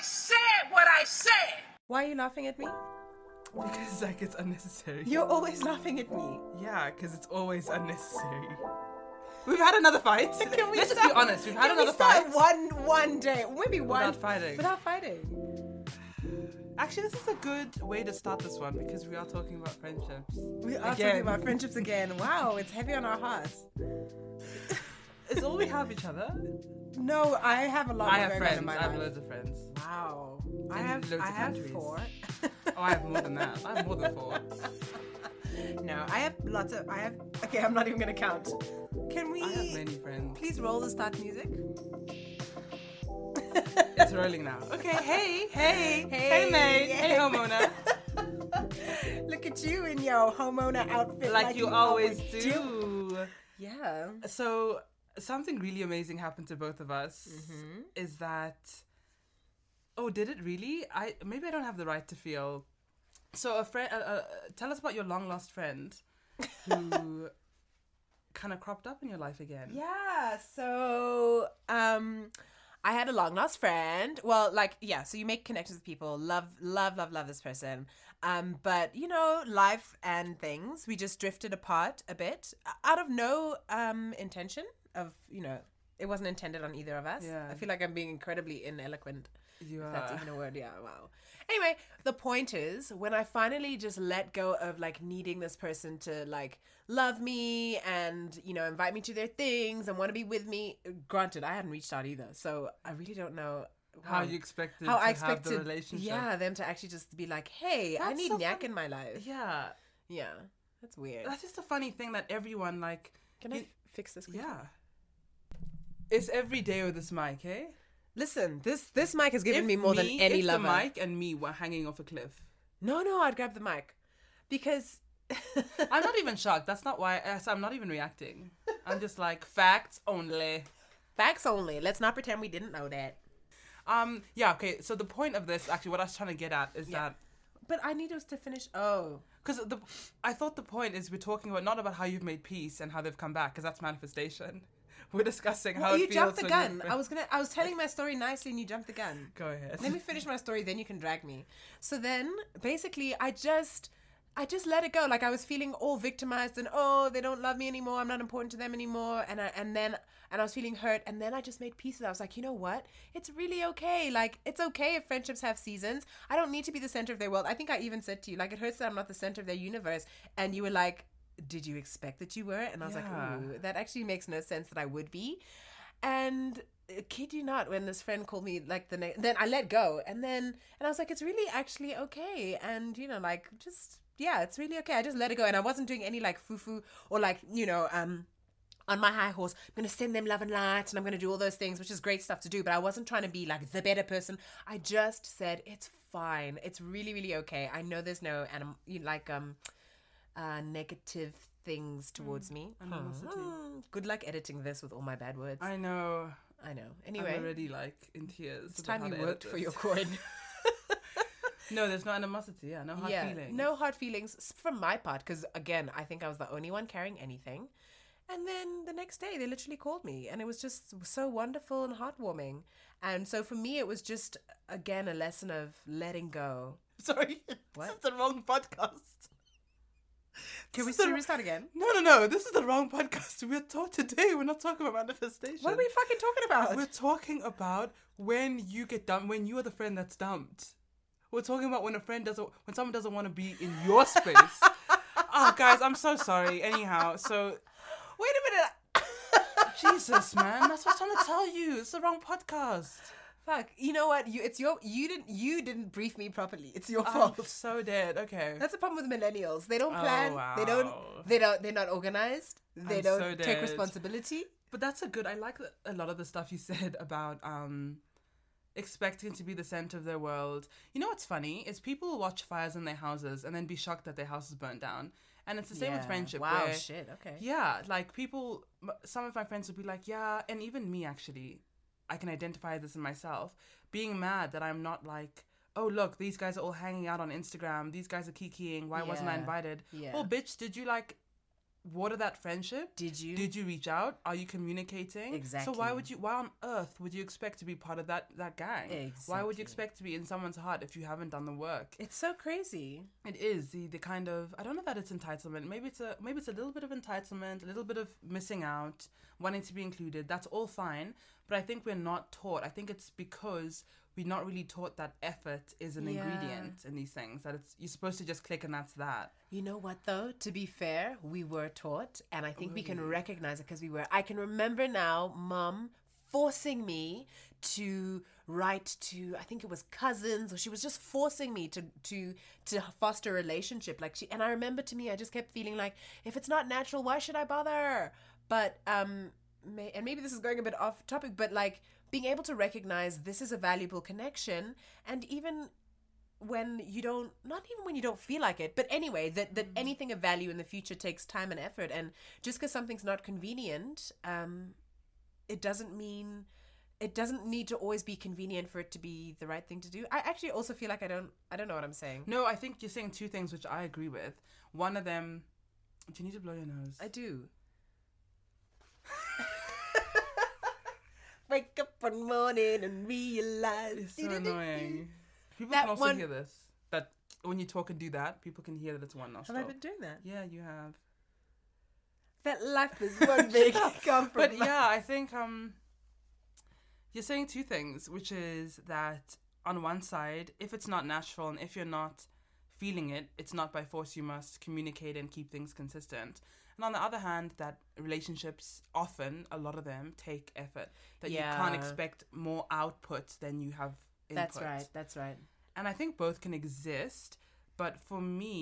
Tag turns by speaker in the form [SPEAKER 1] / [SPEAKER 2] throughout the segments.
[SPEAKER 1] meant what I said.
[SPEAKER 2] Why are you laughing at me?
[SPEAKER 3] Because like it's unnecessary.
[SPEAKER 2] You're always laughing at me.
[SPEAKER 3] Yeah, because it's always unnecessary.
[SPEAKER 2] We've had another fight.
[SPEAKER 3] Can we Let's just be honest, we've had
[SPEAKER 2] Can
[SPEAKER 3] another
[SPEAKER 2] we start
[SPEAKER 3] fight.
[SPEAKER 2] One one day, maybe one
[SPEAKER 3] Without fighting.
[SPEAKER 2] Without fighting.
[SPEAKER 3] Actually, this is a good way to start this one because we are talking about friendships.
[SPEAKER 2] We are
[SPEAKER 3] Again.
[SPEAKER 2] talking about friendships again. Wow, it's heavy on our hearts.
[SPEAKER 3] It's all we have each other.
[SPEAKER 2] No, I have a lot.
[SPEAKER 3] I
[SPEAKER 2] of
[SPEAKER 3] have
[SPEAKER 2] going on in
[SPEAKER 3] friends.
[SPEAKER 2] my
[SPEAKER 3] I have
[SPEAKER 2] life.
[SPEAKER 3] loads of friends.
[SPEAKER 2] Wow. I
[SPEAKER 3] In
[SPEAKER 2] have,
[SPEAKER 3] loads
[SPEAKER 2] I
[SPEAKER 3] of
[SPEAKER 2] have
[SPEAKER 3] countries.
[SPEAKER 2] four.
[SPEAKER 3] Oh, I have more than that. I have more than four.
[SPEAKER 2] No, I have lots of. I have. Okay, I'm not even gonna count. Can we
[SPEAKER 3] I have many friends.
[SPEAKER 2] please roll the start music?
[SPEAKER 3] It's rolling now. Okay, hey, hey, hey, maid, hey, homeowner.
[SPEAKER 2] Look at you in your homeowner outfit,
[SPEAKER 3] Like you always do.
[SPEAKER 2] Yeah.
[SPEAKER 3] So, something really amazing happened to both of us
[SPEAKER 2] Mm-hmm.
[SPEAKER 3] is that. Oh, did it really? I maybe I don't have the right to feel. So, a friend, uh, uh, tell us about your long lost friend who kind of cropped up in your life again.
[SPEAKER 2] Yeah. So, um, I had a long lost friend. Well, like, yeah. So you make connections with people. Love, love, love, love this person. Um, but you know, life and things, we just drifted apart a bit uh, out of no um intention of you know. It wasn't intended on either of us.
[SPEAKER 3] Yeah.
[SPEAKER 2] I feel like I'm being incredibly ineloquent.
[SPEAKER 3] You uh,
[SPEAKER 2] If that's
[SPEAKER 3] are.
[SPEAKER 2] even a word, yeah, wow. Anyway, the point is when I finally just let go of like needing this person to like love me and, you know, invite me to their things and want to be with me. Granted, I hadn't reached out either. So I really don't know
[SPEAKER 3] How you expected
[SPEAKER 2] how
[SPEAKER 3] to
[SPEAKER 2] I
[SPEAKER 3] have
[SPEAKER 2] expected
[SPEAKER 3] the relationship.
[SPEAKER 2] Yeah, them to actually just be like, hey, I
[SPEAKER 3] That's
[SPEAKER 2] need
[SPEAKER 3] so
[SPEAKER 2] Nyak
[SPEAKER 3] funny.
[SPEAKER 2] in my life.
[SPEAKER 3] Yeah.
[SPEAKER 2] Yeah, that's weird.
[SPEAKER 3] That's just a funny thing that everyone, like.
[SPEAKER 2] Can I
[SPEAKER 3] you-
[SPEAKER 2] fix this? quickly?
[SPEAKER 3] Yeah. It's every day with this mic, eh?
[SPEAKER 2] Listen, this this mic has given
[SPEAKER 3] If
[SPEAKER 2] me more than any
[SPEAKER 3] if
[SPEAKER 2] lover.
[SPEAKER 3] the mic and me were hanging off a cliff.
[SPEAKER 2] No, no, I'd grab the mic because
[SPEAKER 3] I'm not even shocked. That's not why. uh, So I'm not even reacting. I'm just like facts only.
[SPEAKER 2] facts only. Let's not pretend we didn't know that.
[SPEAKER 3] Um. Yeah. Okay. So the point of this, actually, what I was trying to get at is
[SPEAKER 2] Yeah.
[SPEAKER 3] that
[SPEAKER 2] But I need us to finish. Oh,
[SPEAKER 3] because the I thought the point is we're talking about not about how you've made peace and how they've come back because that's manifestation. We're discussing how it
[SPEAKER 2] Oh, you
[SPEAKER 3] feels
[SPEAKER 2] jumped the
[SPEAKER 3] when you're
[SPEAKER 2] gun.
[SPEAKER 3] fri-
[SPEAKER 2] I was gonna. I was telling my story nicely, and you jumped the gun.
[SPEAKER 3] Go ahead.
[SPEAKER 2] Let me finish my story, then you can drag me. So then, basically, I just. I just let it go. Like I was feeling all victimized and oh, they don't love me anymore. I'm not important to them anymore. And I and then and I was feeling hurt. And then I just made peace with it. I was like, you know what? It's really okay. Like it's okay if friendships have seasons. I don't need to be the center of their world. I think I even said to you, like it hurts that I'm not the center of their universe. And you were like, did you expect that you were? And I was
[SPEAKER 3] Yeah.
[SPEAKER 2] like, ooh, that actually makes no sense that I would be. And uh, kid you not, when this friend called me like the next, then I let go, and then and I was like, it's really actually okay, and you know, like just yeah, it's really okay. I just let it go, and I wasn't doing any like foo foo or like you know um. On my high horse, I'm gonna send them love and light, and I'm gonna do all those things, which is great stuff to do. But I wasn't trying to be like the better person. I just said it's fine. It's really, really okay. I know there's no anim- you- like um, uh, negative things
[SPEAKER 3] Mm.
[SPEAKER 2] towards me. Hmm. Good luck editing this with all my bad words. I,
[SPEAKER 3] I know.
[SPEAKER 2] know.
[SPEAKER 3] I'm
[SPEAKER 2] Anyway,
[SPEAKER 3] already like in tears.
[SPEAKER 2] it's time you worked for your
[SPEAKER 3] your.
[SPEAKER 2] coin.
[SPEAKER 3] No, there's no animosity. Yeah, no hard
[SPEAKER 2] yeah,
[SPEAKER 3] feelings.
[SPEAKER 2] no hard feelings s- from my part because again, I think I was the only one carrying anything. And then the next day, they literally called me, and it was just so wonderful and heartwarming. And so for me, it was just again a lesson of letting go.
[SPEAKER 3] Sorry,
[SPEAKER 2] What?
[SPEAKER 3] this is the wrong podcast.
[SPEAKER 2] Can we
[SPEAKER 3] This is the-
[SPEAKER 2] restart again?
[SPEAKER 3] No, no, no. This is the wrong podcast. We're taught today. We're not talking about manifestation.
[SPEAKER 2] What are we fucking talking about?
[SPEAKER 3] We're talking about when you get dumped. When you are the friend that's dumped. We're talking about when a friend doesn't. When someone doesn't want to be in your space. oh, guys, I'm so sorry. Anyhow, so
[SPEAKER 2] Wait a minute.
[SPEAKER 3] Jesus, man, that's what I'm trying to tell you. It's the wrong podcast.
[SPEAKER 2] Fuck. You know what? You it's your you didn't you didn't brief me properly. It's your
[SPEAKER 3] I'm
[SPEAKER 2] fault.
[SPEAKER 3] so dead. Okay.
[SPEAKER 2] That's the problem with millennials. They don't plan. They don't.
[SPEAKER 3] Oh, wow.
[SPEAKER 2] They don't. They're not organized. They
[SPEAKER 3] I'm
[SPEAKER 2] don't
[SPEAKER 3] so
[SPEAKER 2] take
[SPEAKER 3] dead.
[SPEAKER 2] responsibility.
[SPEAKER 3] But that's a good. I like the- a lot of the stuff you said about um, expecting to be the center of their world. You know what's funny is people watch fires in their houses and then be shocked that their house is burnt down. And it's the same with
[SPEAKER 2] Yeah.
[SPEAKER 3] friendship.
[SPEAKER 2] Wow.
[SPEAKER 3] where-
[SPEAKER 2] Shit. Okay.
[SPEAKER 3] Yeah, like people. m- Some of my friends would be like, yeah, and even me actually, I can identify this in myself. Being mad that I'm not like. Oh look, these guys are all hanging out on Instagram. These guys are kikiing. Why wasn't I
[SPEAKER 2] Yeah.
[SPEAKER 3] invited?
[SPEAKER 2] Yeah.
[SPEAKER 3] Well, bitch, did you like what of that friendship?
[SPEAKER 2] Did you?
[SPEAKER 3] Did you reach out? Are you communicating? So why
[SPEAKER 2] Exactly.
[SPEAKER 3] would you? Why on earth would you expect to be part of that that gang? Why would
[SPEAKER 2] Exactly.
[SPEAKER 3] you expect to be in someone's heart if you haven't done the work?
[SPEAKER 2] It's so crazy.
[SPEAKER 3] It is the the kind of I don't know that it's entitlement. Maybe it's a maybe it's a little bit of entitlement, a little bit of missing out, wanting to be included. That's all fine, but I think we're not taught. I think it's because we're not really taught that effort is an
[SPEAKER 2] Yeah.
[SPEAKER 3] ingredient in these things. That it's you're supposed to just click and that's that.
[SPEAKER 2] You know what, though? To be fair, we were taught, and I think we can recognize it because we were. I can remember now, mum forcing me to write to I think it was cousins or she was just forcing me to to to foster a relationship like she and I remember to me I just kept feeling like if it's not natural why should I bother but um may, and maybe this is going a bit off topic but like being able to recognize this is a valuable connection and even when you don't not even when you don't feel like it but anyway that that anything of value in the future takes time and effort and just because something's not convenient um it doesn't mean it doesn't need to always be convenient for it to be the right thing to do i actually also feel like i don't i don't know what i'm saying
[SPEAKER 3] No, I think you're saying two things which I agree with. One of them, do you need to blow your nose?
[SPEAKER 2] i do wake up one morning and realize
[SPEAKER 3] It's so annoying. People
[SPEAKER 2] That
[SPEAKER 3] can also
[SPEAKER 2] one-
[SPEAKER 3] hear this. That when you talk and do that, people can hear that it's one nostril.
[SPEAKER 2] have i been doing that
[SPEAKER 3] Yeah, you have.
[SPEAKER 2] that life is one big
[SPEAKER 3] But
[SPEAKER 2] compromise
[SPEAKER 3] yeah, I think um, you're saying two things, which is that on one side, if it's not natural and if you're not feeling it, it's not by force. You must communicate and keep things consistent. And on the other hand, that relationships often, a lot of them, take effort. That you can't
[SPEAKER 2] Yeah.
[SPEAKER 3] expect more output than you have. Input.
[SPEAKER 2] that's right that's right
[SPEAKER 3] And I think both can exist, but for me,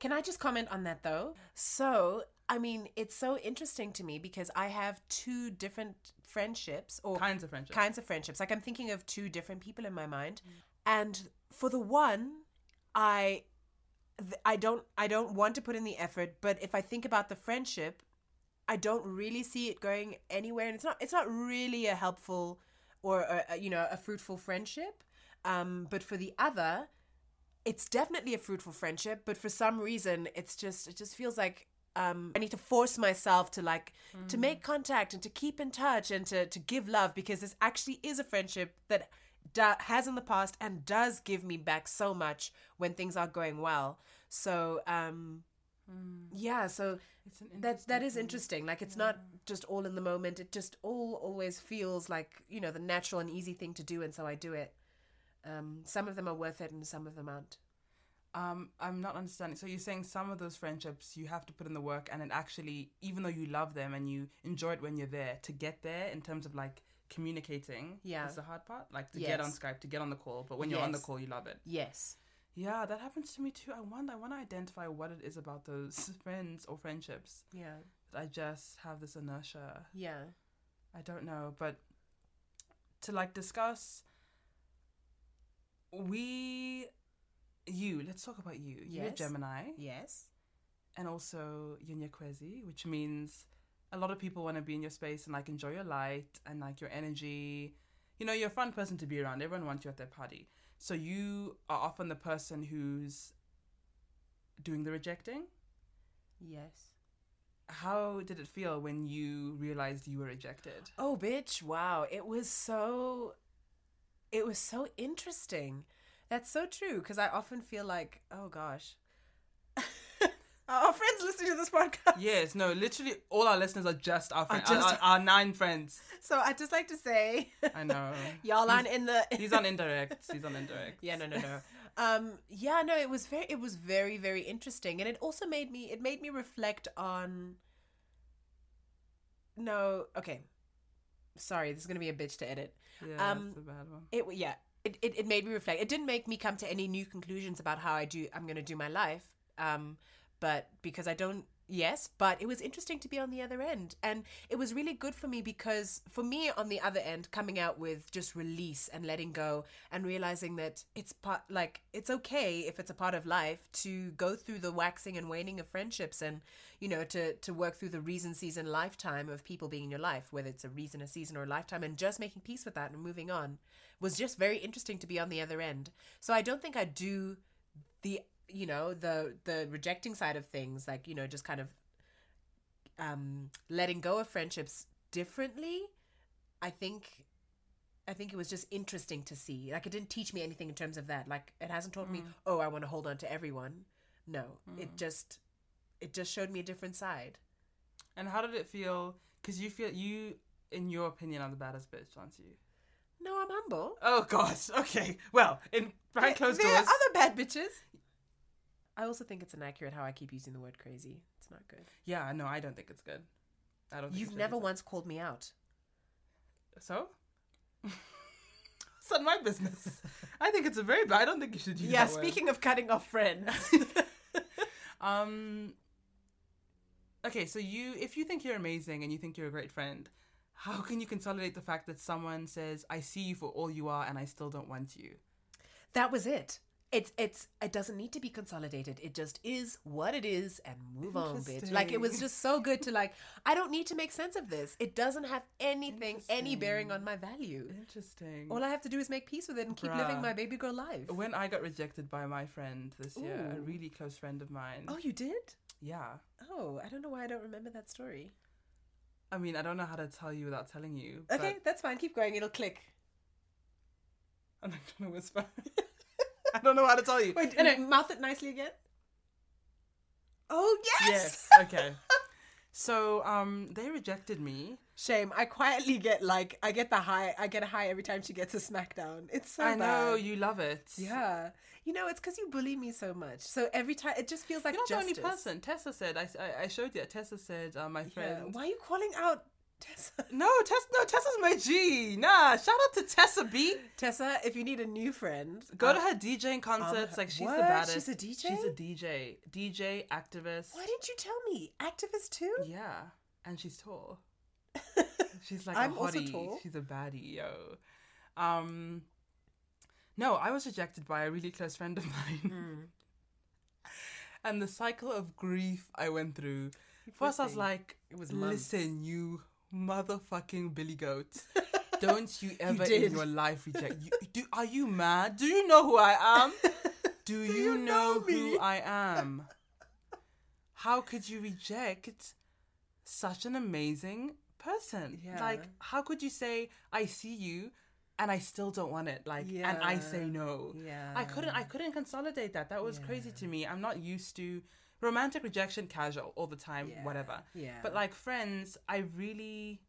[SPEAKER 2] Can I just comment on that though? So, I mean, it's so interesting to me because I have two different friendships or
[SPEAKER 3] kinds of friendships.
[SPEAKER 2] kinds of friendships. Like I'm thinking of two different people in my mind, and for the one, I, th- I don't, I don't want to put in the effort. But if I think about the friendship, I don't really see it going anywhere, and it's not, it's not really a helpful or a, a- you know a fruitful friendship. Um, but for the other, it's definitely a fruitful friendship. But for some reason, it's just, it just feels like. Um, I need to force myself to like
[SPEAKER 3] Mm.
[SPEAKER 2] to make contact and to keep in touch and to to give love because this actually is a friendship that do- has in the past and does give me back so much when things are going well. So um, yeah, so
[SPEAKER 3] Mm. It's an
[SPEAKER 2] that that is interesting. Like it's not just all in the moment. It just all always feels like you know the natural and easy thing to do, and so I do it. Um, some of them are worth it, and some of them aren't.
[SPEAKER 3] Um, I'm not understanding. So you're saying some of those friendships you have to put in the work, and it actually, even though you love them and you enjoy it when you're there, to get there in terms of like communicating,
[SPEAKER 2] Yeah.
[SPEAKER 3] is the hard part. Like to get on
[SPEAKER 2] Yes.
[SPEAKER 3] Skype, to get on the call, but when you're on the
[SPEAKER 2] Yes.
[SPEAKER 3] call, you love it.
[SPEAKER 2] Yes.
[SPEAKER 3] Yeah, that happens to me too. I want, I want to identify what it is about those friends or friendships
[SPEAKER 2] Yeah.
[SPEAKER 3] that I just have this inertia.
[SPEAKER 2] Yeah.
[SPEAKER 3] I don't know, but to like discuss, we, you. Let's talk about you. You're a
[SPEAKER 2] Yes.
[SPEAKER 3] Gemini.
[SPEAKER 2] Yes.
[SPEAKER 3] and also Yunyakwezi, which means a lot of people want to be in your space and like enjoy your light and like your energy. You know, you're a fun person to be around. Everyone wants you at their party. So you are often the person who's doing the rejecting.
[SPEAKER 2] Yes.
[SPEAKER 3] How did it feel when you realized you were rejected?
[SPEAKER 2] Oh, bitch. Wow. It was so. It was so interesting. That's so true because I often feel like, oh gosh. Are our friends listening to this podcast?
[SPEAKER 3] Yes, no, literally all our listeners are just our friends,
[SPEAKER 2] just-
[SPEAKER 3] our, our nine friends.
[SPEAKER 2] So I'd just like to say,
[SPEAKER 3] I know.
[SPEAKER 2] y'all aren't in the.
[SPEAKER 3] He's on indirects. He's on indirects.
[SPEAKER 2] yeah, no, no, no. um, yeah, no. It was very, it was very, very interesting, and it also made me. It made me reflect on. No, okay. Sorry, this is gonna be a bitch to edit.
[SPEAKER 3] Yeah,
[SPEAKER 2] Um,
[SPEAKER 3] that's a bad one.
[SPEAKER 2] It w- yeah. It, it it made me reflect. It didn't make me come to any new conclusions about how I do I'm going to do my life. Um but because I don't yes, but it was interesting to be on the other end and it was really good for me because for me on the other end coming out with just release and letting go and realizing that it's part like it's okay if it's a part of life to go through the waxing and waning of friendships and you know to to work through the reason season lifetime of people being in your life whether it's a reason a season or a lifetime and just making peace with that and moving on was just very interesting to be on the other end so i don't think i do the you know the the rejecting side of things like you know just kind of um letting go of friendships differently i think i think it was just interesting to see like it didn't teach me anything in terms of that like it hasn't taught me oh i want to hold on to everyone no it just it just showed me a different side
[SPEAKER 3] And how did it feel? Because you feel you, in your opinion, are the baddest bitch, aren't you?
[SPEAKER 2] no i'm humble
[SPEAKER 3] Oh gosh. Okay. Well, in behind closed
[SPEAKER 2] there, there
[SPEAKER 3] doors.
[SPEAKER 2] are other bad bitches i also think it's inaccurate how i keep using the word crazy it's not good
[SPEAKER 3] yeah. No, I don't think it's good. I don't. Think
[SPEAKER 2] you've
[SPEAKER 3] it's
[SPEAKER 2] never
[SPEAKER 3] really
[SPEAKER 2] once called me out
[SPEAKER 3] good. So. it's not my business. I think it's a very bad. I don't think you should use.
[SPEAKER 2] yeah
[SPEAKER 3] that word.
[SPEAKER 2] speaking of cutting off friends
[SPEAKER 3] Um. Okay, so you, if you think you're amazing and you think you're a great friend, how can you consolidate the fact that someone says, "I see you for all you are, and I still don't want you"?
[SPEAKER 2] that was it it's it's it doesn't need to be consolidated it just is what it is and move on bitch like it was
[SPEAKER 3] Interesting.
[SPEAKER 2] just so good to like i don't need to make sense of this it doesn't have anything any bearing on my value
[SPEAKER 3] Interesting.
[SPEAKER 2] all i have to do is make peace with it and keep living
[SPEAKER 3] Bruh.
[SPEAKER 2] my baby girl life
[SPEAKER 3] When I got rejected by my friend this year, a
[SPEAKER 2] Ooh.
[SPEAKER 3] really close friend of mine.
[SPEAKER 2] oh you did
[SPEAKER 3] Yeah.
[SPEAKER 2] oh i don't know why i don't remember that story
[SPEAKER 3] I mean, I don't know how to tell you without telling you. but-
[SPEAKER 2] okay that's fine keep going it'll click
[SPEAKER 3] I'm not going to whisper. I don't know how to tell you.
[SPEAKER 2] wait
[SPEAKER 3] Anyway,
[SPEAKER 2] mouth it nicely again oh yes,
[SPEAKER 3] Yes. Okay. So, um, they rejected me.
[SPEAKER 2] Shame. I quietly get like I get the high. I get a high every time she gets a smackdown. It's so
[SPEAKER 3] I know
[SPEAKER 2] bad.
[SPEAKER 3] you love it.
[SPEAKER 2] Yeah, you know it's because you bully me so much. So every time it just feels like
[SPEAKER 3] You're not
[SPEAKER 2] justice.
[SPEAKER 3] the only person. Tessa said. I, I, I showed you. Tessa said. Uh, my
[SPEAKER 2] Yeah.
[SPEAKER 3] friend. Mm,
[SPEAKER 2] Why are you calling out Tessa?
[SPEAKER 3] No, Tessa. No, Tessa's my G. Nah. Shout out to Tessa B.
[SPEAKER 2] Tessa, if you need a new friend,
[SPEAKER 3] Go
[SPEAKER 2] uh, um,
[SPEAKER 3] to her DJing concerts. like she's
[SPEAKER 2] what?
[SPEAKER 3] the baddest.
[SPEAKER 2] She's a DJ?
[SPEAKER 3] She's a DJ. DJ activist.
[SPEAKER 2] Why didn't you tell me? Activist too.
[SPEAKER 3] Yeah, and she's tall. She's like
[SPEAKER 2] I'm
[SPEAKER 3] a
[SPEAKER 2] also
[SPEAKER 3] hottie.
[SPEAKER 2] tall.
[SPEAKER 3] She's a baddie, yo. Um, no, I was rejected by a really close friend of
[SPEAKER 2] Hmm.
[SPEAKER 3] mine, and the cycle of grief I went through. First, I was
[SPEAKER 2] thing.
[SPEAKER 3] like,
[SPEAKER 2] It was months.
[SPEAKER 3] "Listen, you motherfucking billy goat." Don't you ever
[SPEAKER 2] did.
[SPEAKER 3] in your life reject you, do are you mad? Do you know who I am? Do, you,
[SPEAKER 2] you
[SPEAKER 3] know,
[SPEAKER 2] know me?
[SPEAKER 3] who I am? How could you reject such an amazing person?
[SPEAKER 2] Yeah.
[SPEAKER 3] Like, how could you say, I see you and I still don't want it? Like and I
[SPEAKER 2] Yeah.
[SPEAKER 3] say no.
[SPEAKER 2] Yeah.
[SPEAKER 3] I couldn't I couldn't consolidate that. That was crazy to me. I'm not used to romantic rejection casual all the time,
[SPEAKER 2] Yeah.
[SPEAKER 3] whatever.
[SPEAKER 2] Yeah.
[SPEAKER 3] But like friends, I really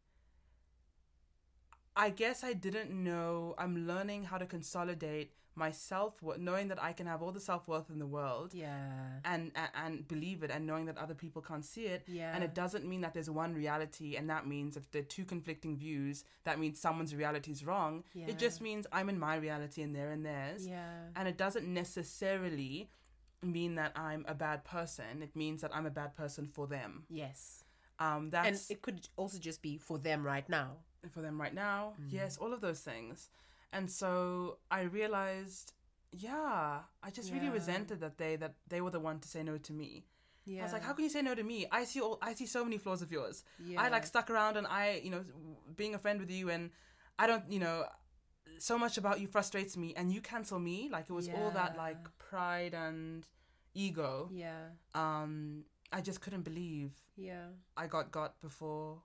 [SPEAKER 3] I guess I didn't know. I'm learning how to consolidate my self worth, knowing that I can have all the self worth in the world
[SPEAKER 2] Yeah.
[SPEAKER 3] and, and and believe it, and knowing that other people can't see it. And
[SPEAKER 2] Yeah.
[SPEAKER 3] it doesn't mean that there's one reality, and that means if there are two conflicting views, that means someone's reality is wrong.
[SPEAKER 2] Yeah.
[SPEAKER 3] It just means I'm in my reality and they're in theirs.
[SPEAKER 2] Yeah.
[SPEAKER 3] And it doesn't necessarily mean that I'm a bad person. It means that I'm a bad person for them.
[SPEAKER 2] Yes.
[SPEAKER 3] Um, that's
[SPEAKER 2] and it could also just be for them right now.
[SPEAKER 3] for them right now.
[SPEAKER 2] Mm.
[SPEAKER 3] Yes, all of those things. And so I realized, yeah, I just really
[SPEAKER 2] Yeah.
[SPEAKER 3] resented that they that they were the one to say no to me.
[SPEAKER 2] Yeah.
[SPEAKER 3] I was like, how can you say no to me? I see all I see so many flaws of yours. I
[SPEAKER 2] Yeah.
[SPEAKER 3] like stuck around and I, you know, being a friend with you and I don't, you know, so much about you frustrates me and you cancel me. Like it was all that
[SPEAKER 2] Yeah.
[SPEAKER 3] like pride and ego.
[SPEAKER 2] Yeah.
[SPEAKER 3] Um I just couldn't believe
[SPEAKER 2] Yeah.
[SPEAKER 3] I got got before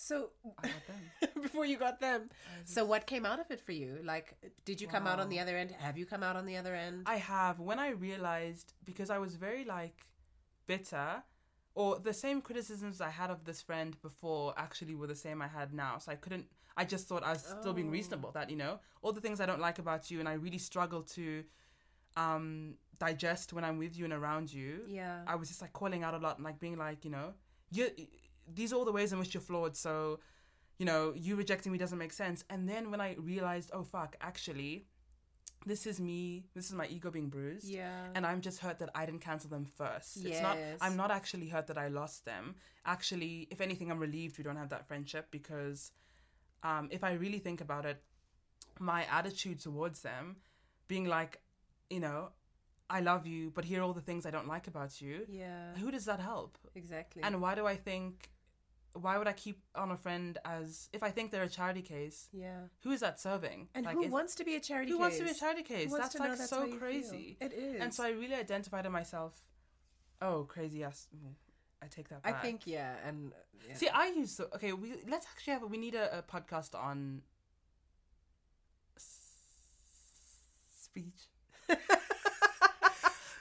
[SPEAKER 2] So
[SPEAKER 3] I got them.
[SPEAKER 2] before you got them. So what came out of it for you? Like did you come out on
[SPEAKER 3] Wow.
[SPEAKER 2] the other end? Have you come out on the other end?
[SPEAKER 3] I have. When I realized, because I was very like bitter, or the same criticisms I had of this friend before actually were the same I had now. So I couldn't, I just thought I was still being
[SPEAKER 2] Oh.
[SPEAKER 3] reasonable that, you know, all the things I don't like about you and I really struggle to um, digest when I'm with you and around you.
[SPEAKER 2] yeah.
[SPEAKER 3] I was just like calling out a lot and like being like, you know, you these are all the ways in which you're flawed. So, you know, you rejecting me doesn't make sense. And then when I realized, oh fuck, actually, this is me. This is my ego being bruised.
[SPEAKER 2] yeah.
[SPEAKER 3] And I'm just hurt that I didn't cancel them first. It's not
[SPEAKER 2] Yes.
[SPEAKER 3] I'm not actually hurt that I lost them. Actually, if anything, I'm relieved we don't have that friendship because um, if I really think about it, my attitude towards them being like, you know, I love you, but here are all the things I don't like about you.
[SPEAKER 2] yeah.
[SPEAKER 3] Who does that help?
[SPEAKER 2] Exactly.
[SPEAKER 3] And why do I think why would I keep on a friend as if I think they're a charity case?
[SPEAKER 2] Yeah.
[SPEAKER 3] Who is that serving?
[SPEAKER 2] And
[SPEAKER 3] Like,
[SPEAKER 2] who
[SPEAKER 3] is-
[SPEAKER 2] wants to be a charity
[SPEAKER 3] who
[SPEAKER 2] case?
[SPEAKER 3] wants to be a charity case?
[SPEAKER 2] wants
[SPEAKER 3] That's
[SPEAKER 2] to know
[SPEAKER 3] like
[SPEAKER 2] that's how
[SPEAKER 3] so
[SPEAKER 2] you feel?
[SPEAKER 3] crazy.
[SPEAKER 2] It is.
[SPEAKER 3] And so I really identified in myself. Oh, crazy ass! mm, I take that
[SPEAKER 2] I
[SPEAKER 3] back.
[SPEAKER 2] think yeah, and yeah.
[SPEAKER 3] See, I use the okay. We let's actually have a, we need a, a podcast on s- speech.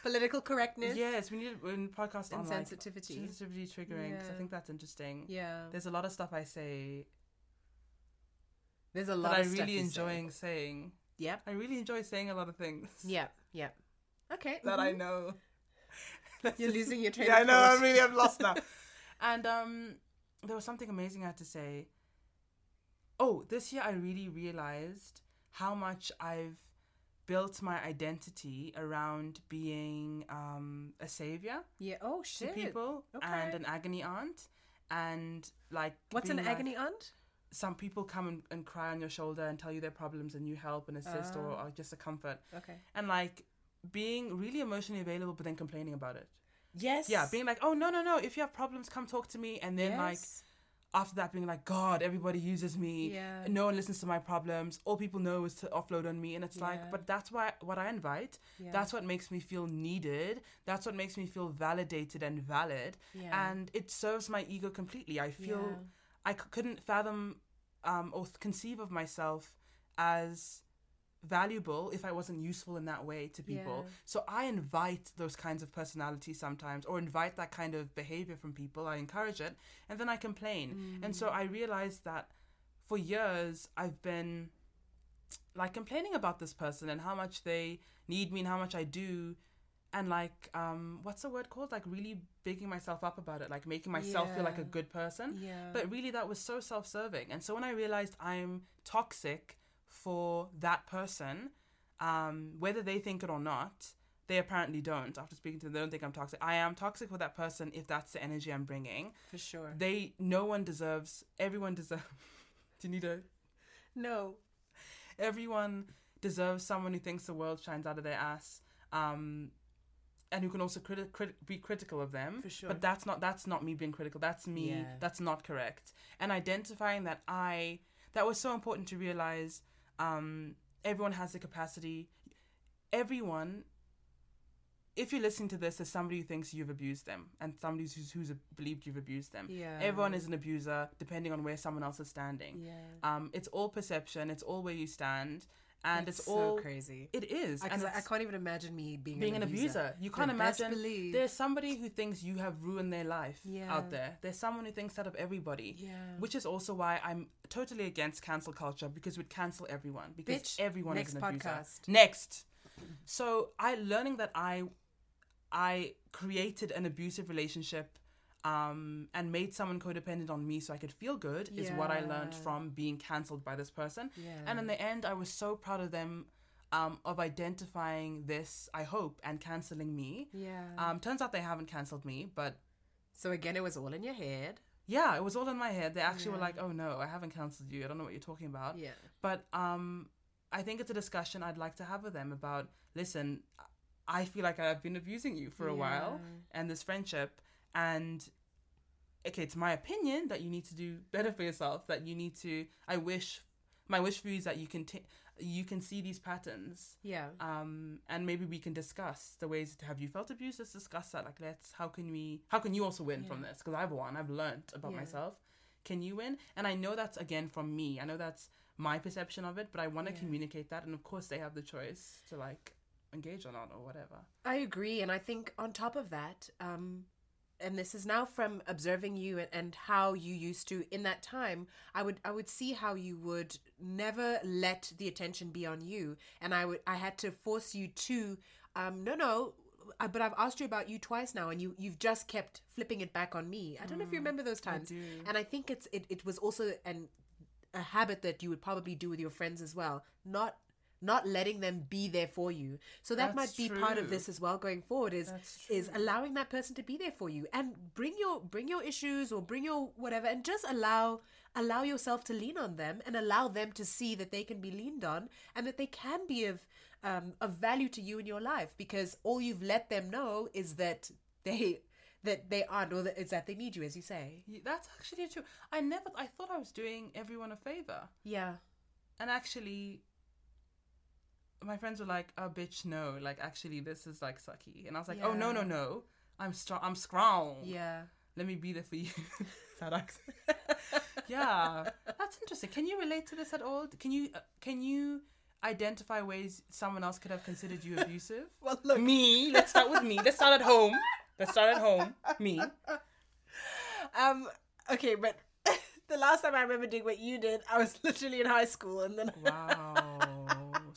[SPEAKER 2] political correctness.
[SPEAKER 3] Yes, we need a, we need a podcast
[SPEAKER 2] And
[SPEAKER 3] on
[SPEAKER 2] sensitivity.
[SPEAKER 3] like, sensitivity triggering. 'cause
[SPEAKER 2] Yeah.
[SPEAKER 3] I think that's interesting.
[SPEAKER 2] Yeah.
[SPEAKER 3] There's a lot of stuff I say
[SPEAKER 2] There's a
[SPEAKER 3] that
[SPEAKER 2] lot
[SPEAKER 3] I
[SPEAKER 2] of stuff
[SPEAKER 3] really
[SPEAKER 2] you
[SPEAKER 3] enjoying saying.
[SPEAKER 2] Say. Yep.
[SPEAKER 3] I really enjoy saying a lot of things
[SPEAKER 2] Yep. Yep. Okay.
[SPEAKER 3] that I
[SPEAKER 2] mhm.
[SPEAKER 3] know.
[SPEAKER 2] You're losing your train
[SPEAKER 3] yeah, I
[SPEAKER 2] of
[SPEAKER 3] know.
[SPEAKER 2] thought.
[SPEAKER 3] I'm really, I'm lost now. and um, there was something amazing I had to say. Oh, this year I really realized how much I've built my identity around being um, a savior
[SPEAKER 2] Yeah. Oh
[SPEAKER 3] to
[SPEAKER 2] shit.
[SPEAKER 3] people and
[SPEAKER 2] Okay.
[SPEAKER 3] an agony aunt. And like,
[SPEAKER 2] What's an
[SPEAKER 3] being like-
[SPEAKER 2] agony aunt?
[SPEAKER 3] Some people come and, and cry on your shoulder and tell you their problems, and you help and assist, or, or just a comfort.
[SPEAKER 2] Okay.
[SPEAKER 3] And like being really emotionally available, but then complaining about it.
[SPEAKER 2] Yes.
[SPEAKER 3] Yeah, being like, oh no no no, if you have problems, come talk to me. And then like
[SPEAKER 2] Yes.
[SPEAKER 3] after that, being like, God, everybody uses me.
[SPEAKER 2] Yeah.
[SPEAKER 3] No one listens to my problems. All people know is to offload on me. And it's
[SPEAKER 2] Yeah.
[SPEAKER 3] like, but that's why what I invite.
[SPEAKER 2] Yeah.
[SPEAKER 3] That's what makes me feel needed. That's what makes me feel validated and valid.
[SPEAKER 2] Yeah.
[SPEAKER 3] And it serves my ego completely. I feel
[SPEAKER 2] Yeah.
[SPEAKER 3] I c- couldn't fathom um, or th- conceive of myself as valuable if I wasn't useful in that way to people.
[SPEAKER 2] Yeah.
[SPEAKER 3] So I invite those kinds of personalities sometimes, or invite that kind of behavior from people. I encourage it, and then I complain. And
[SPEAKER 2] Mm.
[SPEAKER 3] so I realized that for years I've been like complaining about this person and how much they need me and how much I do. And like, um, what's the word called? Like really bigging myself up about it, like making myself feel like a
[SPEAKER 2] Yeah.
[SPEAKER 3] good person.
[SPEAKER 2] Yeah.
[SPEAKER 3] But really, that was so self serving. And so when I realized I'm toxic for that person, um, whether they think it or not, they apparently don't. After speaking to them, they don't think I'm toxic. I am toxic for that person if that's the energy I'm bringing.
[SPEAKER 2] for sure.
[SPEAKER 3] They, no one deserves, everyone deserves, do you need a,
[SPEAKER 2] No.
[SPEAKER 3] everyone deserves someone who thinks the world shines out of their ass. Um, and who can also criti- crit- be critical of them
[SPEAKER 2] For sure.
[SPEAKER 3] but that's not that's not me being critical that's me
[SPEAKER 2] Yeah.
[SPEAKER 3] that's not correct and identifying that i that was so important to realize um everyone has the capacity everyone if you're listening to this there's somebody who thinks you've abused them and somebody who's, who's believed you've abused them
[SPEAKER 2] Yeah.
[SPEAKER 3] everyone is an abuser depending on where someone else is standing
[SPEAKER 2] Yeah.
[SPEAKER 3] um, it's all perception. It's all where you stand, and
[SPEAKER 2] That's
[SPEAKER 3] it's
[SPEAKER 2] so
[SPEAKER 3] all
[SPEAKER 2] crazy.
[SPEAKER 3] it is.
[SPEAKER 2] I,
[SPEAKER 3] and
[SPEAKER 2] 'cause I, I
[SPEAKER 3] it's
[SPEAKER 2] can't even imagine me being,
[SPEAKER 3] being an abuser. You can't
[SPEAKER 2] The best
[SPEAKER 3] imagine.
[SPEAKER 2] believe.
[SPEAKER 3] There's somebody who thinks you have ruined their life
[SPEAKER 2] Yeah.
[SPEAKER 3] out there. There's someone who thinks that of everybody.
[SPEAKER 2] Yeah.
[SPEAKER 3] Which is also why I'm totally against cancel culture because we'd cancel everyone because
[SPEAKER 2] Bitch,
[SPEAKER 3] everyone
[SPEAKER 2] next
[SPEAKER 3] is an abuser.
[SPEAKER 2] podcast.
[SPEAKER 3] Next. So I learning that I I created an abusive relationship um, and made someone codependent on me so I could feel good is what I learned
[SPEAKER 2] Yeah.
[SPEAKER 3] from being cancelled by this person.
[SPEAKER 2] Yeah.
[SPEAKER 3] And in the end, I was so proud of them um, of identifying this, I hope, and cancelling me.
[SPEAKER 2] Yeah.
[SPEAKER 3] Um, turns out they haven't cancelled me, but
[SPEAKER 2] so again, it was all in your head.
[SPEAKER 3] yeah, it was all in my head. They actually were
[SPEAKER 2] Yeah.
[SPEAKER 3] like, oh no, I haven't cancelled you. I don't know what you're talking about.
[SPEAKER 2] Yeah.
[SPEAKER 3] But um, I think it's a discussion I'd like to have with them about listen, I feel like I've been abusing you for a while and this friendship. And okay, it's my opinion that you need to do better for yourself, that you need to, I wish, my wish for you is that you can, ta you can see these patterns.
[SPEAKER 2] Yeah.
[SPEAKER 3] Um, and maybe we can discuss the ways to have you felt abused. Let's discuss that. Like, let's, how can we, how can you also win from
[SPEAKER 2] Yeah.
[SPEAKER 3] this? Because I've won, I've learned about
[SPEAKER 2] Yeah.
[SPEAKER 3] myself. Can you win? And I know that's again from me. I know that's my perception of it, but I want to
[SPEAKER 2] Yeah.
[SPEAKER 3] communicate that. And of course, they have the choice to like engage or not or whatever.
[SPEAKER 2] I agree, and I think on top of that, um, and this is now from observing you and, and how you used to in that time. I would I would see how you would never let the attention be on you, and I would I had to force you to, um, no no. I, but I've asked you about you twice now, and you you've just kept flipping it back on me. I don't know if you remember those times,
[SPEAKER 3] do.
[SPEAKER 2] and I think it's it, it was also an a habit that you would probably do with your friends as well. Not not letting them be there for you. So that
[SPEAKER 3] That's
[SPEAKER 2] might be part of
[SPEAKER 3] true.
[SPEAKER 2] this as well going forward is
[SPEAKER 3] That's
[SPEAKER 2] is allowing that person to be there for you and bring your bring your issues or bring your whatever and just allow allow yourself to lean on them and allow them to see that they can be leaned on and that they can be of um, of value to you in your life because all you've let them know is that they that they aren't, or that, it's that they need you, as you say.
[SPEAKER 3] Y- That's actually true. I never. I thought I was doing everyone a favor,
[SPEAKER 2] Yeah.
[SPEAKER 3] and actually, my friends were like, "Oh, bitch, no! Like, actually, this is like sucky." And I was like, "Oh, no, no,
[SPEAKER 2] Yeah.
[SPEAKER 3] no! I'm strong. I'm strong.
[SPEAKER 2] Yeah.
[SPEAKER 3] Let me be there for you." that accent. yeah, that's interesting. Can you relate to this at all? Can you uh, can you identify ways someone else could have considered you abusive?
[SPEAKER 2] Well, look.
[SPEAKER 3] me. Let's start with me. Let's start at home. Let's start at home. Me.
[SPEAKER 2] Um. Okay, but the last time I remember doing what you did, I was literally in high school, and then
[SPEAKER 3] Wow. Oh,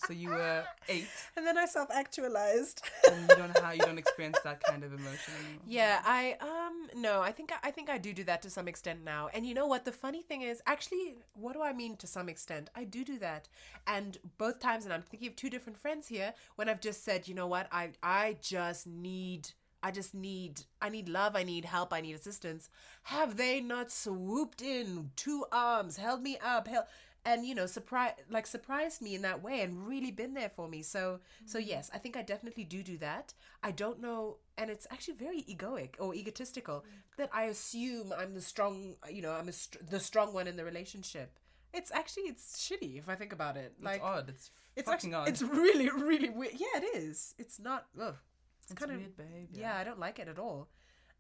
[SPEAKER 3] So you were eight,
[SPEAKER 2] and then I self-actualized.
[SPEAKER 3] and you don't how you don't experience that kind of emotion anymore.
[SPEAKER 2] Yeah, I um no, I think I, I think I do do that to some extent now. And you know what? The funny thing is, actually, what do I mean to some extent? I do do that, and both times, and I'm thinking of two different friends here. When I've just said, you know what, I I just need. I just need I need love, I need help, I need assistance. Have they not swooped in, two arms, held me up, held, and you know, surprise like surprised me in that way and really been there for me. So so yes, I think I definitely do do that. I don't know and it's actually very egoic or egotistical that I assume I'm the strong, you know, I'm a str- the strong one in the relationship. It's actually it's shitty if I think about it.
[SPEAKER 3] It's
[SPEAKER 2] Like
[SPEAKER 3] odd. It's
[SPEAKER 2] it's
[SPEAKER 3] fucking
[SPEAKER 2] actually
[SPEAKER 3] odd.
[SPEAKER 2] it's really really weird. Yeah, it is. It's not ugh. It's,
[SPEAKER 3] It's
[SPEAKER 2] kind of
[SPEAKER 3] weird behavior.
[SPEAKER 2] yeah, I don't like it at all.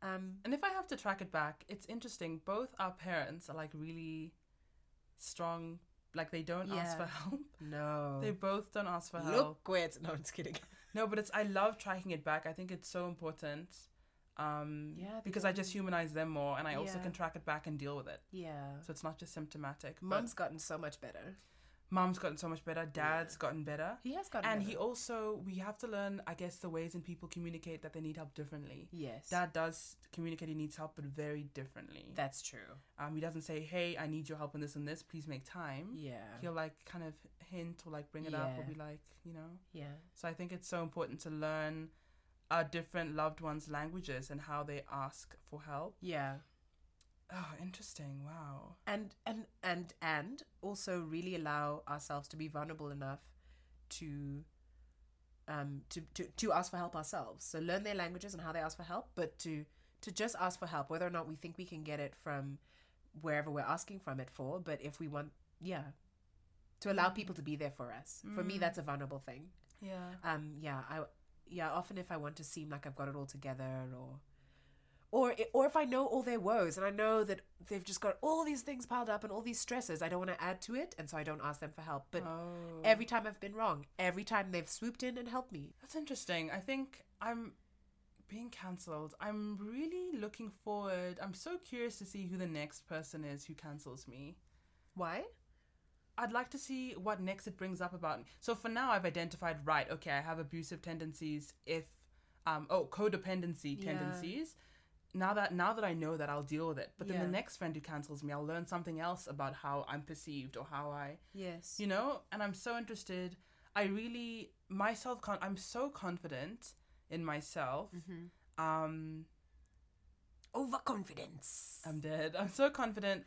[SPEAKER 2] Um,
[SPEAKER 3] And if I have to track it back, it's interesting. Both our parents are like really strong. Like they don't
[SPEAKER 2] Yeah.
[SPEAKER 3] ask for help.
[SPEAKER 2] no.
[SPEAKER 3] They both don't ask for help.
[SPEAKER 2] Look where it's. No, I'm just kidding.
[SPEAKER 3] No, but it's I love tracking it back. I think it's so important. Um,
[SPEAKER 2] Yeah, they
[SPEAKER 3] because I just humanize them more, and I also
[SPEAKER 2] Yeah.
[SPEAKER 3] can track it back and deal with it.
[SPEAKER 2] Yeah.
[SPEAKER 3] So it's not just symptomatic. but
[SPEAKER 2] Mum's gotten so much better.
[SPEAKER 3] mom's gotten so much better. Dad's gotten better,
[SPEAKER 2] He has gotten
[SPEAKER 3] and
[SPEAKER 2] better.
[SPEAKER 3] he also we have to learn, I guess, the ways in people communicate that they need help differently.
[SPEAKER 2] Yes.
[SPEAKER 3] Dad does communicate he needs help, but very differently.
[SPEAKER 2] That's true.
[SPEAKER 3] Um, he doesn't say, "Hey, I need your help in this and this. Please make time."
[SPEAKER 2] Yeah.
[SPEAKER 3] He'll like kind of hint or like bring it up or
[SPEAKER 2] Yeah.
[SPEAKER 3] be like, you know.
[SPEAKER 2] Yeah.
[SPEAKER 3] So I think it's so important to learn our different loved ones' languages and how they ask for help.
[SPEAKER 2] Yeah.
[SPEAKER 3] Oh, interesting. Wow.
[SPEAKER 2] And and and and also really allow ourselves to be vulnerable enough to um to, to, to ask for help ourselves. So learn their languages and how they ask for help, but to to just ask for help, whether or not we think we can get it from wherever we're asking from it for, but if we want yeah. To allow people to be there for us. For me
[SPEAKER 3] Mm.
[SPEAKER 2] that's a vulnerable thing.
[SPEAKER 3] Yeah.
[SPEAKER 2] um yeah i yeah often if i want to seem like i've got it all together or or i- or if i know all their woes and i know that they've just got all these things piled up and all these stresses i don't want to add to it and so i don't ask them for help but
[SPEAKER 3] oh.
[SPEAKER 2] every time i've been wrong every time they've swooped in and helped me
[SPEAKER 3] That's interesting. I think I'm being cancelled. I'm really looking forward. I'm so curious to see who the next person is who cancels me.
[SPEAKER 2] why
[SPEAKER 3] I'd like to see what next it brings up about me. So for now, I've identified right. Okay, I have abusive tendencies. If um oh codependency
[SPEAKER 2] Yeah.
[SPEAKER 3] tendencies. Now that now that I know that, I'll deal with it. But then
[SPEAKER 2] Yeah.
[SPEAKER 3] the next friend who cancels me, I'll learn something else about how I'm perceived or how I
[SPEAKER 2] yes
[SPEAKER 3] you know. And I'm so interested. I really myself. Con- I'm so confident in myself.
[SPEAKER 2] Mm-hmm.
[SPEAKER 3] Um,
[SPEAKER 2] overconfidence
[SPEAKER 3] I'm dead. I'm so confident.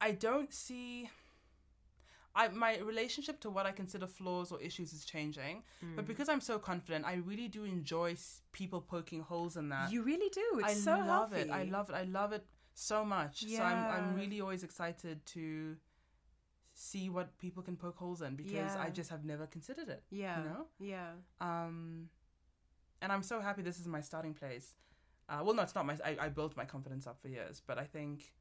[SPEAKER 3] I don't see. I my relationship to what I consider flaws or issues is changing, but
[SPEAKER 2] Mm.
[SPEAKER 3] because I'm so confident, I really do enjoy s- people poking holes in that.
[SPEAKER 2] you really do it's
[SPEAKER 3] I
[SPEAKER 2] so
[SPEAKER 3] love
[SPEAKER 2] healthy
[SPEAKER 3] it. I love it. I love it so much. So I'm I'm
[SPEAKER 2] Yeah.
[SPEAKER 3] really always excited to see what people can poke holes in because I
[SPEAKER 2] Yeah.
[SPEAKER 3] just have never considered it.
[SPEAKER 2] yeah
[SPEAKER 3] You know?
[SPEAKER 2] yeah
[SPEAKER 3] Um, and I'm so happy this is my starting place. Uh, well, no, it's not my. I, I built my confidence up for years, but I think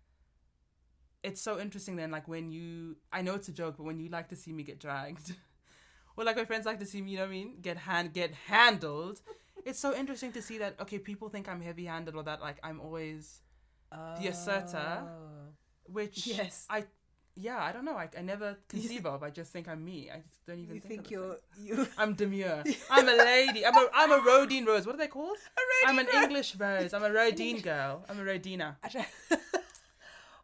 [SPEAKER 3] it's so interesting. Then, like when you, I know it's a joke, but when you like to see me get dragged, or like my friends like to see me, you know what I mean, get hand get handled. It's so interesting to see that. Okay, people think I'm heavy handed, or that like I'm always, The assertor.
[SPEAKER 2] Oh.
[SPEAKER 3] which
[SPEAKER 2] Yes.
[SPEAKER 3] I. Yeah, I don't know. I, I never conceive of. I just think I'm me. I just don't even
[SPEAKER 2] you think
[SPEAKER 3] think, of
[SPEAKER 2] you're
[SPEAKER 3] it.
[SPEAKER 2] you
[SPEAKER 3] I'm demure. I'm a lady. I'm a I'm a Rodine Rose. What are they called? I'm an English rose. I'm a Rodine girl. I'm a Rodina.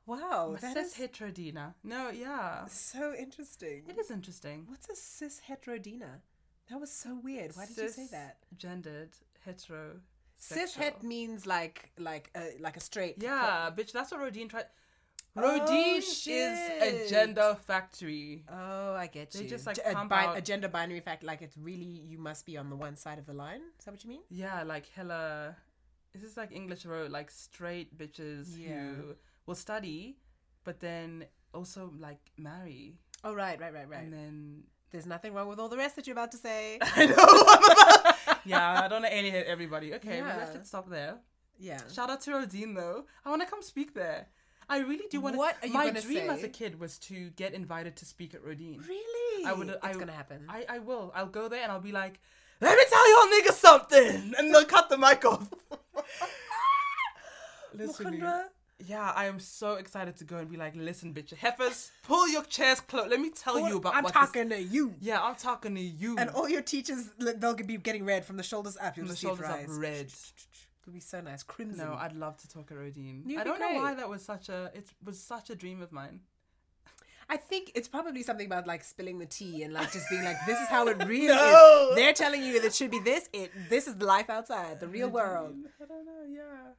[SPEAKER 2] wow
[SPEAKER 3] My
[SPEAKER 2] that
[SPEAKER 3] sis
[SPEAKER 2] is
[SPEAKER 3] heterodina. No, yeah.
[SPEAKER 2] so interesting
[SPEAKER 3] It is interesting.
[SPEAKER 2] What's a cis heterodina? That was so weird. Why did you say that?
[SPEAKER 3] Gendered hetero.
[SPEAKER 2] Cis het means like like a like a straight.
[SPEAKER 3] Yeah, bitch. That's what Rodine tried.
[SPEAKER 2] Oh,
[SPEAKER 3] Rodine is a
[SPEAKER 2] shit.
[SPEAKER 3] gender factory.
[SPEAKER 2] Oh, I get you.
[SPEAKER 3] They just, like,
[SPEAKER 2] G- a,
[SPEAKER 3] pump
[SPEAKER 2] bi-
[SPEAKER 3] out-
[SPEAKER 2] a gender binary fact. Like it's really you must be on the one side of the line. Is that what you mean?
[SPEAKER 3] Yeah, like hella this is like English row, like straight bitches
[SPEAKER 2] Yeah.
[SPEAKER 3] who will study, but then also like marry,
[SPEAKER 2] Oh, right, right, right, right.
[SPEAKER 3] and then
[SPEAKER 2] There's nothing wrong with all the rest that you're about to say.
[SPEAKER 3] I know. yeah, I don't want to alienate everybody. Okay, maybe
[SPEAKER 2] Yeah.
[SPEAKER 3] I should stop there.
[SPEAKER 2] yeah.
[SPEAKER 3] Shout out to Rodine though. I want to come speak there. I really do want to.
[SPEAKER 2] What are you
[SPEAKER 3] My
[SPEAKER 2] gonna
[SPEAKER 3] dream as
[SPEAKER 2] say?
[SPEAKER 3] a kid was to get invited to speak at Rodine.
[SPEAKER 2] Really?
[SPEAKER 3] I would-
[SPEAKER 2] It's
[SPEAKER 3] I-
[SPEAKER 2] going to happen.
[SPEAKER 3] I, I will. I'll go there and I'll be like, let me tell y'all niggas something, and they'll cut the mic off. Literally.
[SPEAKER 2] Mukundwa?
[SPEAKER 3] Yeah, I am so excited to go and be like, listen, bitch, heifers, pull your chairs close. Let me tell you about
[SPEAKER 2] I'm
[SPEAKER 3] what this-
[SPEAKER 2] talking to you.
[SPEAKER 3] Yeah, I'm talking to you.
[SPEAKER 2] And all your teachers, li- they'll be getting red from the shoulders up. You'll
[SPEAKER 3] the
[SPEAKER 2] just see it
[SPEAKER 3] shoulders up
[SPEAKER 2] rise.
[SPEAKER 3] red.
[SPEAKER 2] It would be so nice. Crimson.
[SPEAKER 3] no, I'd love to talk at Rodine.
[SPEAKER 2] You'd
[SPEAKER 3] I
[SPEAKER 2] be
[SPEAKER 3] don't know why
[SPEAKER 2] great.
[SPEAKER 3] that was such a it was such a dream of mine.
[SPEAKER 2] I think it's probably something about like spilling the tea and like just being like, this is how it really
[SPEAKER 3] No.
[SPEAKER 2] is. They're telling you that it should be this. It this is the life outside, the real world.
[SPEAKER 3] I don't know. Oh, Yeah.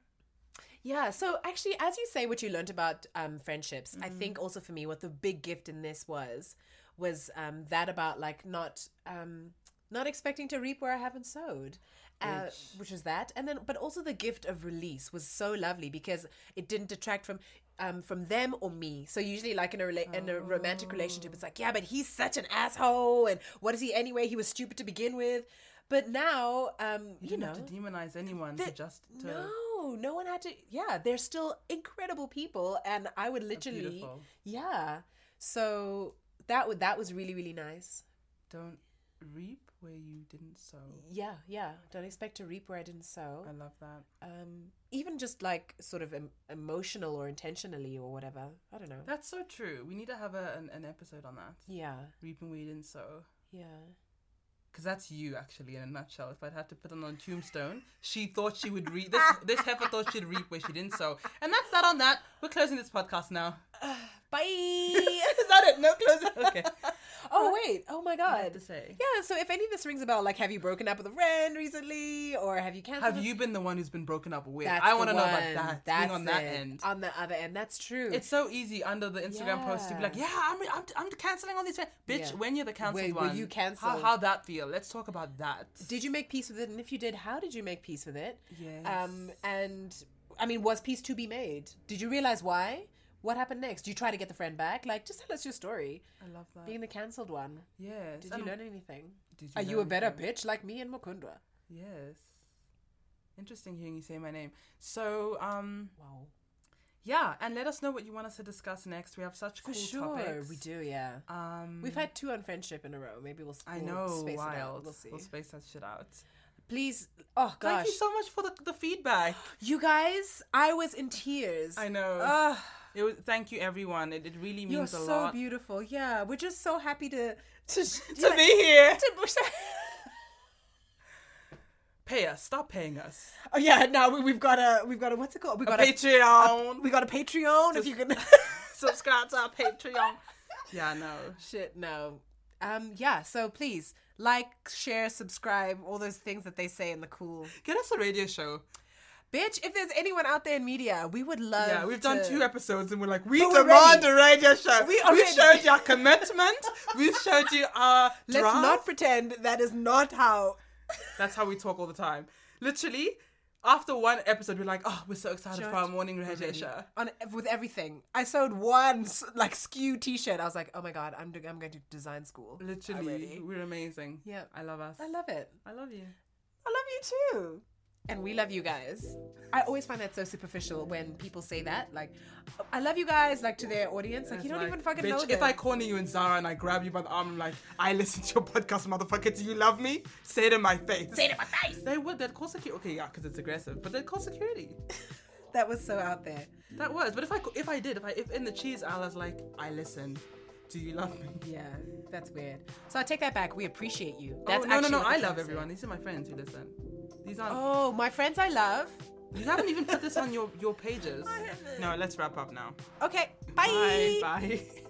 [SPEAKER 2] Yeah. So actually, as you say, what you learned about um, friendships, I think also for me, what the big gift in this was was um, that about like not um, not expecting to reap where I haven't sowed. Uh, which is that, and then, but also the gift of release was so lovely because it didn't detract from, um, from them or me. So usually, like in a rela- in a romantic relationship, it's like, yeah, but he's such an asshole, and what is he anyway? He was stupid to begin with, but now, um, you,
[SPEAKER 3] You
[SPEAKER 2] know,
[SPEAKER 3] know, to demonize anyone to just to
[SPEAKER 2] no, no one had to. Yeah, they're still incredible people, and I would literally.
[SPEAKER 3] beautiful.
[SPEAKER 2] Yeah, so that would that was really really nice.
[SPEAKER 3] don't reap where you didn't sow.
[SPEAKER 2] Yeah, yeah. Don't expect to reap where I didn't sow.
[SPEAKER 3] I love that.
[SPEAKER 2] Um, even just like sort of em- emotional or intentionally or whatever. I don't know.
[SPEAKER 3] That's so true. We need to have a, an, an episode on that.
[SPEAKER 2] Yeah,
[SPEAKER 3] Reaping where you didn't sow.
[SPEAKER 2] yeah.
[SPEAKER 3] Because that's you, actually, in a nutshell. If I'd had to put it on a tombstone, she thought she would reap. This, this heifer thought she'd reap where she didn't sow. And that's that on that. We're closing this podcast now.
[SPEAKER 2] Bye.
[SPEAKER 3] Is that it? No closing? Okay.
[SPEAKER 2] oh wait. Oh my
[SPEAKER 3] I have
[SPEAKER 2] god.
[SPEAKER 3] to say.
[SPEAKER 2] Yeah. So if any of this rings a bell, like, have you broken up with a friend recently, or have you canceled?
[SPEAKER 3] Have
[SPEAKER 2] a-
[SPEAKER 3] you been the one who's been broken up with?
[SPEAKER 2] That's
[SPEAKER 3] I
[SPEAKER 2] the
[SPEAKER 3] want to know about
[SPEAKER 2] one.
[SPEAKER 3] that.
[SPEAKER 2] That's
[SPEAKER 3] being on that
[SPEAKER 2] it.
[SPEAKER 3] end.
[SPEAKER 2] On the other end. That's true.
[SPEAKER 3] It's so easy under the Instagram post to be like,
[SPEAKER 2] Yeah.
[SPEAKER 3] yeah, I'm, I'm, I'm canceling all these. friends." Bitch,
[SPEAKER 2] Yeah.
[SPEAKER 3] when you're the cancelled
[SPEAKER 2] Wait, were
[SPEAKER 3] one,
[SPEAKER 2] you
[SPEAKER 3] How,
[SPEAKER 2] cancelled?
[SPEAKER 3] how that feel? Let's talk about that.
[SPEAKER 2] did you make peace with it and if you did how did you make peace with it
[SPEAKER 3] Yes.
[SPEAKER 2] um and i mean was peace to be made did you realize why what happened next Do you try to get the friend back like just tell us your story
[SPEAKER 3] I love that.
[SPEAKER 2] being the cancelled one
[SPEAKER 3] yes.
[SPEAKER 2] did
[SPEAKER 3] and-
[SPEAKER 2] you learn anything
[SPEAKER 3] Did
[SPEAKER 2] are you a
[SPEAKER 3] learn
[SPEAKER 2] better
[SPEAKER 3] anything?
[SPEAKER 2] bitch like me and mukundra
[SPEAKER 3] Yes. Interesting hearing you say my name. So, um,
[SPEAKER 2] wow
[SPEAKER 3] yeah, and let us know what you want us to discuss next. We have such
[SPEAKER 2] for
[SPEAKER 3] cool
[SPEAKER 2] sure
[SPEAKER 3] topics.
[SPEAKER 2] we do yeah
[SPEAKER 3] Um,
[SPEAKER 2] we've had two on friendship in a row maybe we'll
[SPEAKER 3] I
[SPEAKER 2] we'll
[SPEAKER 3] know,
[SPEAKER 2] space it out.
[SPEAKER 3] wild.
[SPEAKER 2] we'll see
[SPEAKER 3] We'll space that shit out.
[SPEAKER 2] please oh gosh
[SPEAKER 3] Thank you so much for the, the feedback.
[SPEAKER 2] you guys i was in tears
[SPEAKER 3] I know.
[SPEAKER 2] Ugh.
[SPEAKER 3] it was, thank you, everyone. It, it really
[SPEAKER 2] You're
[SPEAKER 3] means a
[SPEAKER 2] so
[SPEAKER 3] lot.
[SPEAKER 2] beautiful. Yeah, we're just so happy to to
[SPEAKER 3] to be here.
[SPEAKER 2] to-
[SPEAKER 3] Pay us. Stop paying us.
[SPEAKER 2] oh yeah, now we, we've got a we've got a what's it called? We got a,
[SPEAKER 3] Patreon.
[SPEAKER 2] we got a Patreon. If you can
[SPEAKER 3] Subscribe to our Patreon. Yeah, no.
[SPEAKER 2] shit no, um yeah. So please like, share, subscribe, all those things that they say in the cool
[SPEAKER 3] Get us a radio show.
[SPEAKER 2] bitch. If there's anyone out there in media, we would love.
[SPEAKER 3] Yeah, we've done
[SPEAKER 2] to-
[SPEAKER 3] two episodes and we're like, we
[SPEAKER 2] we're
[SPEAKER 3] demand
[SPEAKER 2] ready.
[SPEAKER 3] a radio show.
[SPEAKER 2] We
[SPEAKER 3] We
[SPEAKER 2] are
[SPEAKER 3] have
[SPEAKER 2] ready.
[SPEAKER 3] showed you our commitment. We've showed you our
[SPEAKER 2] Let's
[SPEAKER 3] drive.
[SPEAKER 2] not pretend that is not how.
[SPEAKER 3] That's how we talk all the time. Literally, after one episode, we're like, oh, we're so excited
[SPEAKER 2] Judge
[SPEAKER 3] for our morning radio show.
[SPEAKER 2] On with everything, I sewed one s- like skew T-shirt. I was like, oh my god, I'm do- I'm going to design school.
[SPEAKER 3] Literally,
[SPEAKER 2] already.
[SPEAKER 3] we're amazing.
[SPEAKER 2] Yep.
[SPEAKER 3] I love us.
[SPEAKER 2] I love it.
[SPEAKER 3] I love you.
[SPEAKER 2] I love you too. And we love you guys. I always find that so superficial when people say that. Like, I love you guys, like to their audience. Like, you don't
[SPEAKER 3] Like,
[SPEAKER 2] even fucking
[SPEAKER 3] bitch,
[SPEAKER 2] know
[SPEAKER 3] If
[SPEAKER 2] them.
[SPEAKER 3] I corner you in Zara and I grab you by the arm, I'm like, I listen to your podcast, motherfucker. Do you love me? Say it in my face.
[SPEAKER 2] Say it in my face.
[SPEAKER 3] They would. They'd call security. Okay, yeah, because it's aggressive. But they'd call security.
[SPEAKER 2] That was so out there.
[SPEAKER 3] That was. But if I co- if I did, if I if in the cheese aisle, I was like, I listen. Do you love me?
[SPEAKER 2] Yeah, that's weird. So I take that back. We appreciate you.
[SPEAKER 3] Oh,
[SPEAKER 2] That's
[SPEAKER 3] no, no,
[SPEAKER 2] actually
[SPEAKER 3] no.
[SPEAKER 2] what
[SPEAKER 3] I
[SPEAKER 2] the
[SPEAKER 3] love
[SPEAKER 2] term is.
[SPEAKER 3] everyone. These are my friends who listen. These aren't.
[SPEAKER 2] Oh, my friends, I love.
[SPEAKER 3] You haven't even put this on your your pages. No, let's wrap up now.
[SPEAKER 2] Okay,
[SPEAKER 3] Bye. Bye.